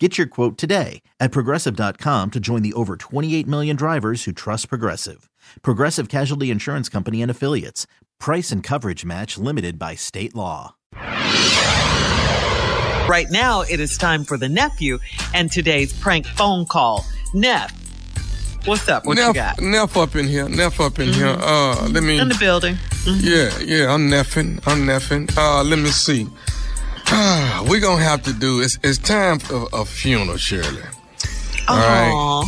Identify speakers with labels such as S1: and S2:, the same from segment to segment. S1: Get your quote today at progressive.com to join the over 28 million drivers who trust Progressive. Progressive Casualty Insurance Company and Affiliates. Price and coverage match limited by state law.
S2: Right now, it is time for the nephew and today's prank phone call. Neff, what's up? What
S3: Neff,
S2: you got? Mm-hmm.
S3: Neff up in here. Neff up in here. Uh, let me.
S2: In the building.
S3: yeah, yeah. I'm neffing. I'm neffing. Uh, let me see. Ah, We're gonna have to do. It's it's time for a funeral, Shirley.
S2: Oh,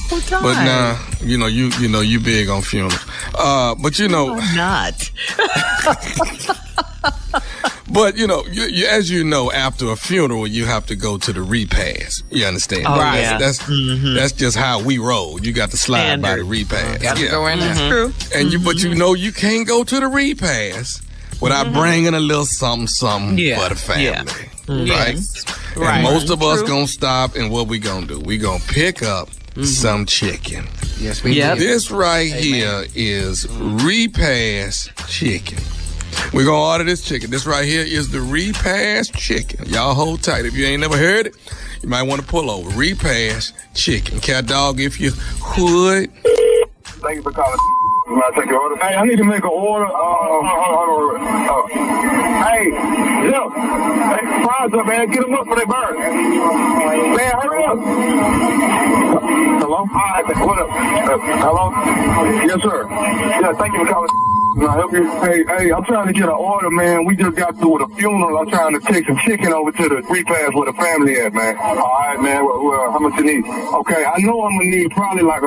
S3: right.
S2: who died?
S3: But nah, you know you you know you big on funerals. Uh, but you know,
S2: I'm not.
S3: but you know, you, you, as you know, after a funeral, you have to go to the repast. You understand?
S2: Oh,
S3: That's-
S2: yeah. Mm-hmm.
S3: That's that's just how we roll. You got to slide by the
S2: Standard.
S3: repast.
S4: Gotta
S3: Yeah.
S4: go in there.
S2: True.
S3: and you but you
S2: Mm-hmm.
S3: know you can't go to the repass without bringing a little something something
S2: Yeah,
S3: for the family
S2: yeah. Mm-hmm.
S3: right
S4: Right.
S3: and most of us
S2: True. Mm-hmm.
S3: gonna stop and what we gonna do we gonna pick up some chicken
S4: Yes, we
S2: Yep.
S4: did.
S3: this right here is repass chicken we're gonna order this chicken this right here is the repass chicken y'all hold tight if you ain't never heard it you might want to pull over repass chicken cat dog if you would
S5: Thank you for calling. Can I take your order? Hey, I need to make an order. Uh, hold on, hold on, hold on. Oh. Hey, look. Hey, fries up, man. Get them up for their burn. Man, hurry up. Hello? All right, what up? Uh, hello? Yes, sir. Yeah, thank you for calling. Can I help you? Hey, hey, I'm trying to get an order, man. We just got through with a funeral. I'm trying to take some chicken over to the repass where the family at, man. All right, man. Well, well, how much you need? Okay, I know I'm gonna need probably like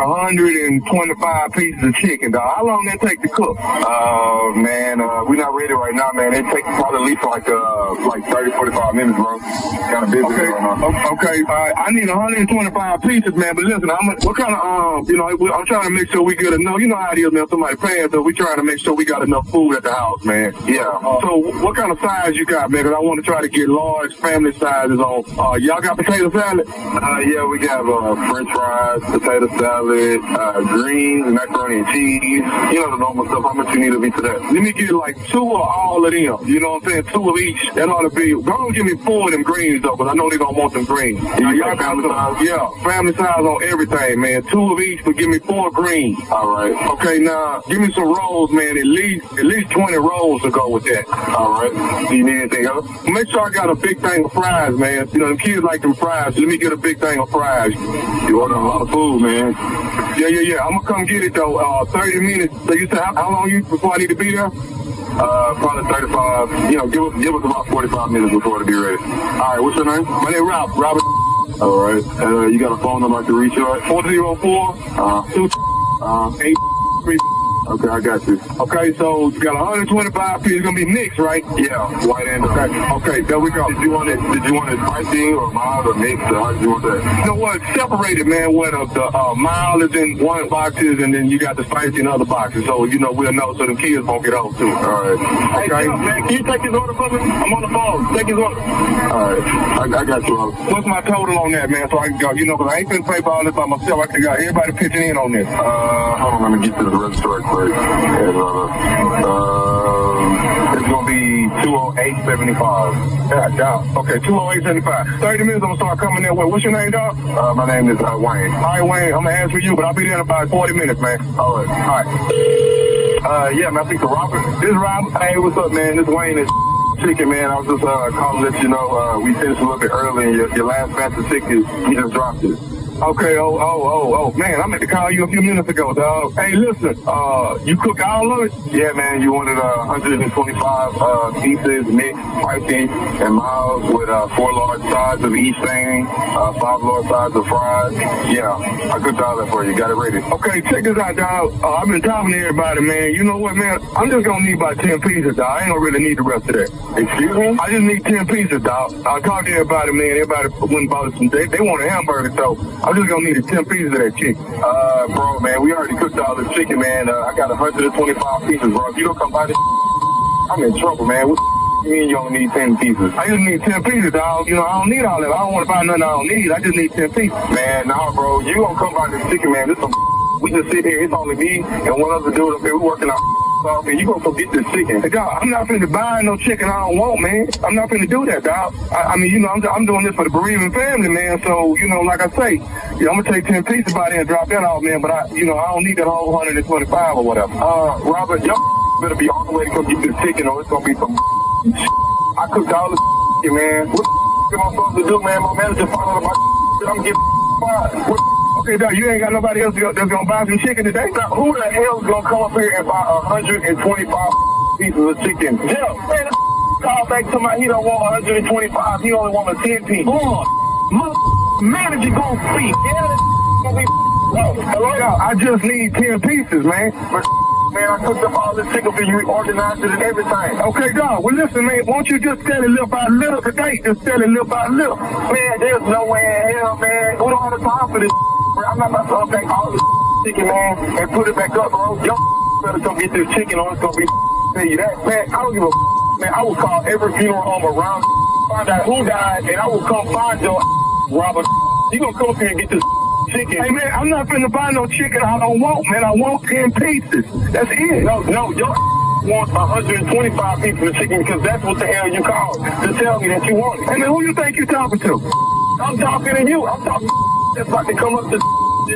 S5: 125 pieces of chicken. Dog. How long that take to cook? Oh man, uh, we're not ready right now, man. It takes probably at least like uh, like 30, 45 minutes, bro. Kind of busy okay. right now. Okay, all right. I need 125 pieces, man. But listen, I'm what kind of um, you know, I'm trying to make sure we good enough. You know how it is, man. Somebody paying, so we trying to make sure we got enough food at the house, man. Yeah. So what kind of size you got, man? 'Cause I want to try to get large family sizes on. Uh, y'all got potato salad? Uh, yeah, we got uh, French fries, potato salad, uh, greens, macaroni and cheese. You know the normal stuff. How much you need of each of that? Let me get like two of all of them. You know what I'm saying? Two of each. That ought to be. Go on, give me four of them greens though, 'cause I know they gonna want them greens. y'all got family size? Yeah, family size on everything, man. Two of each, but give me four greens. All right. Okay, now give me some rolls, man. At least at least twenty rolls to go with that. All right. Do you need anything else? Make sure I got a big thing of fries, man. You know, them kids like them fries. Let me get a big thing of fries. You order a lot of food, man. Yeah, yeah, yeah. I'm gonna come get it though. Uh, thirty minutes. So you said how, how long you before I need to be there? Uh, probably 35. You know, give us, give us about 45 minutes before to be ready. All right, what's your name? My name Rob. Robert. All right. Uh, you got a phone number I can reach you at? 404 uh, 2 uh, 8 3. Okay, I got you. Okay, so you got 125 pieces. It's gonna be mixed, right? Yeah, white and okay. Okay, there we go. Did you want it? Did you want it spicy or mild or mixed? Or how did you want that? You know what? Separated, man. Where the, the uh, mild is in one boxes, and then you got the spicy in other boxes. So you know we'll know, so the kids won't get off too. All right. Okay. man, can you take his order for me? I'm on the phone. Take his order. All right, I, I got you. All. What's my total on that, man? So I can go. You know, 'cause I ain't finna pay for all this by myself. I can got everybody pitching in on this. Uh, hold on, let me get to the register right quick. And, uh, uh, it's gonna be 20875. Yeah, dog. Okay, 20875. 30 minutes, I'm gonna start coming that way. What's your name, dog? Uh, my name is uh, Wayne. All right, Wayne, I'm gonna ask for you, but I'll be there in about 40 minutes, man. All right. All right. Uh, yeah, man, I think the Robert. This is Rob. Hey, what's up, man? This Wayne is chicken, man. I was just uh, calling to let you know uh, we finished a little bit early, and your, your last batch of chicken, you just dropped it. Okay, oh, oh, oh, oh, man, I meant to call you a few minutes ago, dog. Hey, listen, uh, you cook all of it? Yeah, man, you wanted uh, 125 uh, pieces mixed, spicy, and miles with uh, four large sides of each thing, uh, five large sides of fries. Yeah, I cooked all that for you. Got it ready. Okay, check this out, dog. Uh, I've been talking to everybody, man. You know what, man? I'm just gonna need about 10 pieces, dog. I ain't gonna really need the rest of that. Excuse me? I just need 10 pieces, dog. I talked to everybody, man. Everybody went and bought some. They, they want a hamburger, so I I'm just gonna need a 10 pieces of that chicken. Uh, bro, man, we already cooked all the chicken, man. Uh, I got 125 pieces, bro. If you don't come by this, I'm in trouble, man. What you mean you don't need 10 pieces? I just need 10 pieces, dog. You know, I don't need all that. I don't want to buy nothing I don't need. I just need 10 pieces. Man, nah, bro. You gonna come by this chicken, man. This some we just sit here. It's only me and one other dude up here. We working our off, and you gonna forget this chicken. Hey, dog, I'm not finna buy no chicken I don't want, man. I'm not finna do that, dog. I, I mean, you know, I'm, I'm doing this for the bereaving family, man. So, you know, like I say, you know, I'm gonna take 10 pieces by there and drop that off, man. But I, you know, I don't need that whole 125 or whatever. Uh, Robert, y'all better be all the way to come get this chicken or it's gonna be some I cooked all the chicken, man. What the am I supposed to do, man? My manager followed my I'm getting fired. What Okay, dog, you ain't got nobody else that's gonna buy some chicken today? Now, who the hell's gonna come up here and buy 125 pieces of chicken? Yeah, man, call back to my, he don't want 125, he only want a 10 piece. Boy, my manager gonna speak. Yeah, that gonna be. Yo, hello, yo, I just need 10 pieces, man. But Man, I cooked up all this chicken for you, organized it and everything. Okay, dog. Well, listen, man, won't you just tell it little by little today? Just tell it little by little. Man, there's no way in hell, man. We don't have the time for this. Bro. I'm not about to unpack all this chicken, man, and put it back up, bro. Yo, better come get this chicken or it's gonna be tell you that. Man, I don't give a man. I will call every funeral home around, find out who died, and I will come find your Robert. You gonna come up here and get this chicken. Hey man, I'm not finna buy no chicken I don't want, man. I want 10 pieces. That's it. No, no, your wants 125 pieces of chicken because that's what the hell you called to tell me that you want it. Hey man, who you think you talking to? I'm talking to you. I'm talking to that's about to come up to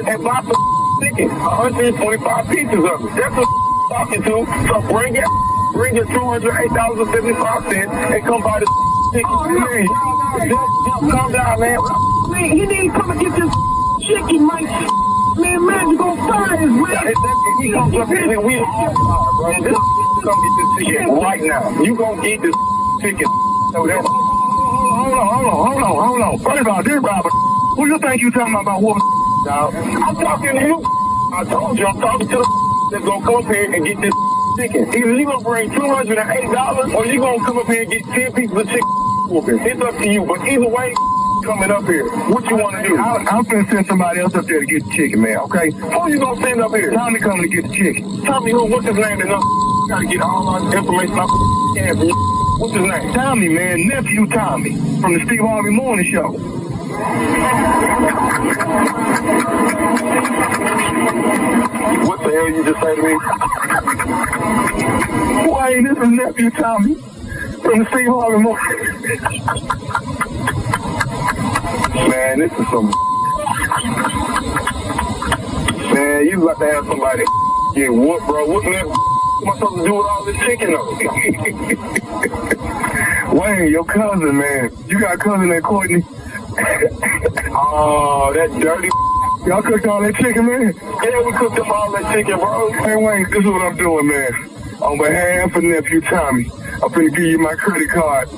S5: and buy some chicken. 125 pieces of it. That's what I'm talking to. So bring it, bring your $208.75 and come buy the chicken.
S4: Oh, no,
S5: man,
S4: no, no,
S5: just- just calm down, man.
S4: Man, he didn't come and get this chicken, Mike. Man, man, you gonna fire his
S5: Yeah,
S4: man.
S5: if that- if he comes up here, we all fine, bro. This gonna get this chicken right now. You gonna get this chicken. So that- Hold on, hold on, hold on, hold on. First of all, this Robert, who you think you talking about what? Dog? I'm talking to you. I told you, I'm talking to the that's gonna come up here and get this chicken. Either you gonna bring two hundred and eight dollars, or you gonna come up here and get ten pieces of chicken. whooping. It's up to you, but either way, coming up here. What you want to do? I, I'm finna send somebody else up there to get the chicken, man. Okay? Who you gonna send up here? Tommy coming to get the chicken. Tommy, who? What's his name? And I gotta get all our information I can from you. What's his name? Tommy, man, nephew Tommy from the Steve Harvey Morning Show. What the hell you just say to me? Why this is nephew Tommy from the Steve Harvey Morning? Man, this is some. Man, you about to have somebody get whooped, bro. What man? What am I supposed to do with all this chicken though? Wayne, your cousin, man. You got a cousin named Courtney. oh, that dirty. Y'all cooked all that chicken, man? Yeah, we cooked up all that chicken, bro. Hey, Wayne, this is what I'm doing, man. On behalf of nephew Tommy, I'm finna give you my credit card,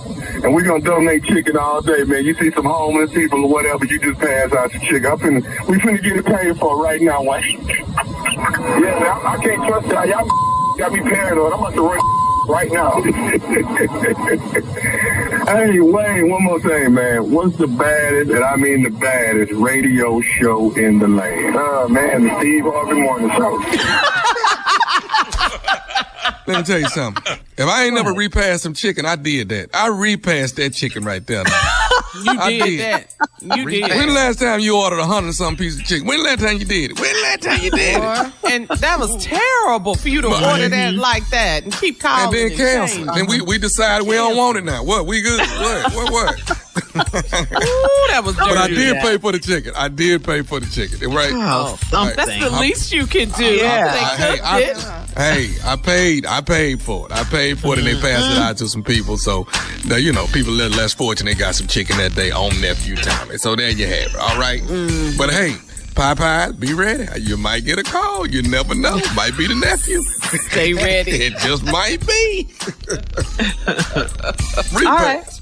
S5: and we're gonna donate chicken all day, man. You see some homeless people or whatever, you just pass out your chicken. I'm finna, we finna get it paid for right now, Wayne. yeah, man, I, I can't trust y'all. Y'all got me paranoid. I'm about to run right now. Hey, Wayne, one more thing, man. What's the baddest, and I mean the baddest, radio show in the land? Uh, man, the Steve Harvey Morning Show.
S3: Let me tell you something. If I ain't never repassed some chicken, I did that. I repassed that chicken right there. man.
S6: You
S3: I
S6: did,
S3: did.
S6: that. You did
S3: When the
S6: that.
S3: last time you ordered a hundred some piece of chicken? When the last time you did it? When the last time you did it?
S6: boy. And that was terrible for you to order that like that and keep
S3: And
S6: calling
S3: then
S6: and
S3: cancel.
S6: changing.
S3: it. Then we, we decide we don't want it now. What? We good? What? What? What?
S6: Ooh, that was dirty.
S3: But I did pay for the chicken. I did pay for the chicken. Right?
S2: Oh, something.
S6: That's the least you can do.
S2: Yeah.
S6: After they
S3: Uh, hey,
S6: cooked it.
S3: I, hey, I paid. I paid for it. I paid for it,
S6: Mm-hmm.
S3: and they passed it out to some people. So, now, you know, people a little less fortunate got some chicken that day on nephew Tommy. So there you have it. All right?
S6: Mm-hmm.
S3: But hey, Popeye, be ready. You might get a call. You never know. Might be the nephew.
S6: Stay ready.
S3: It just might be. Repass.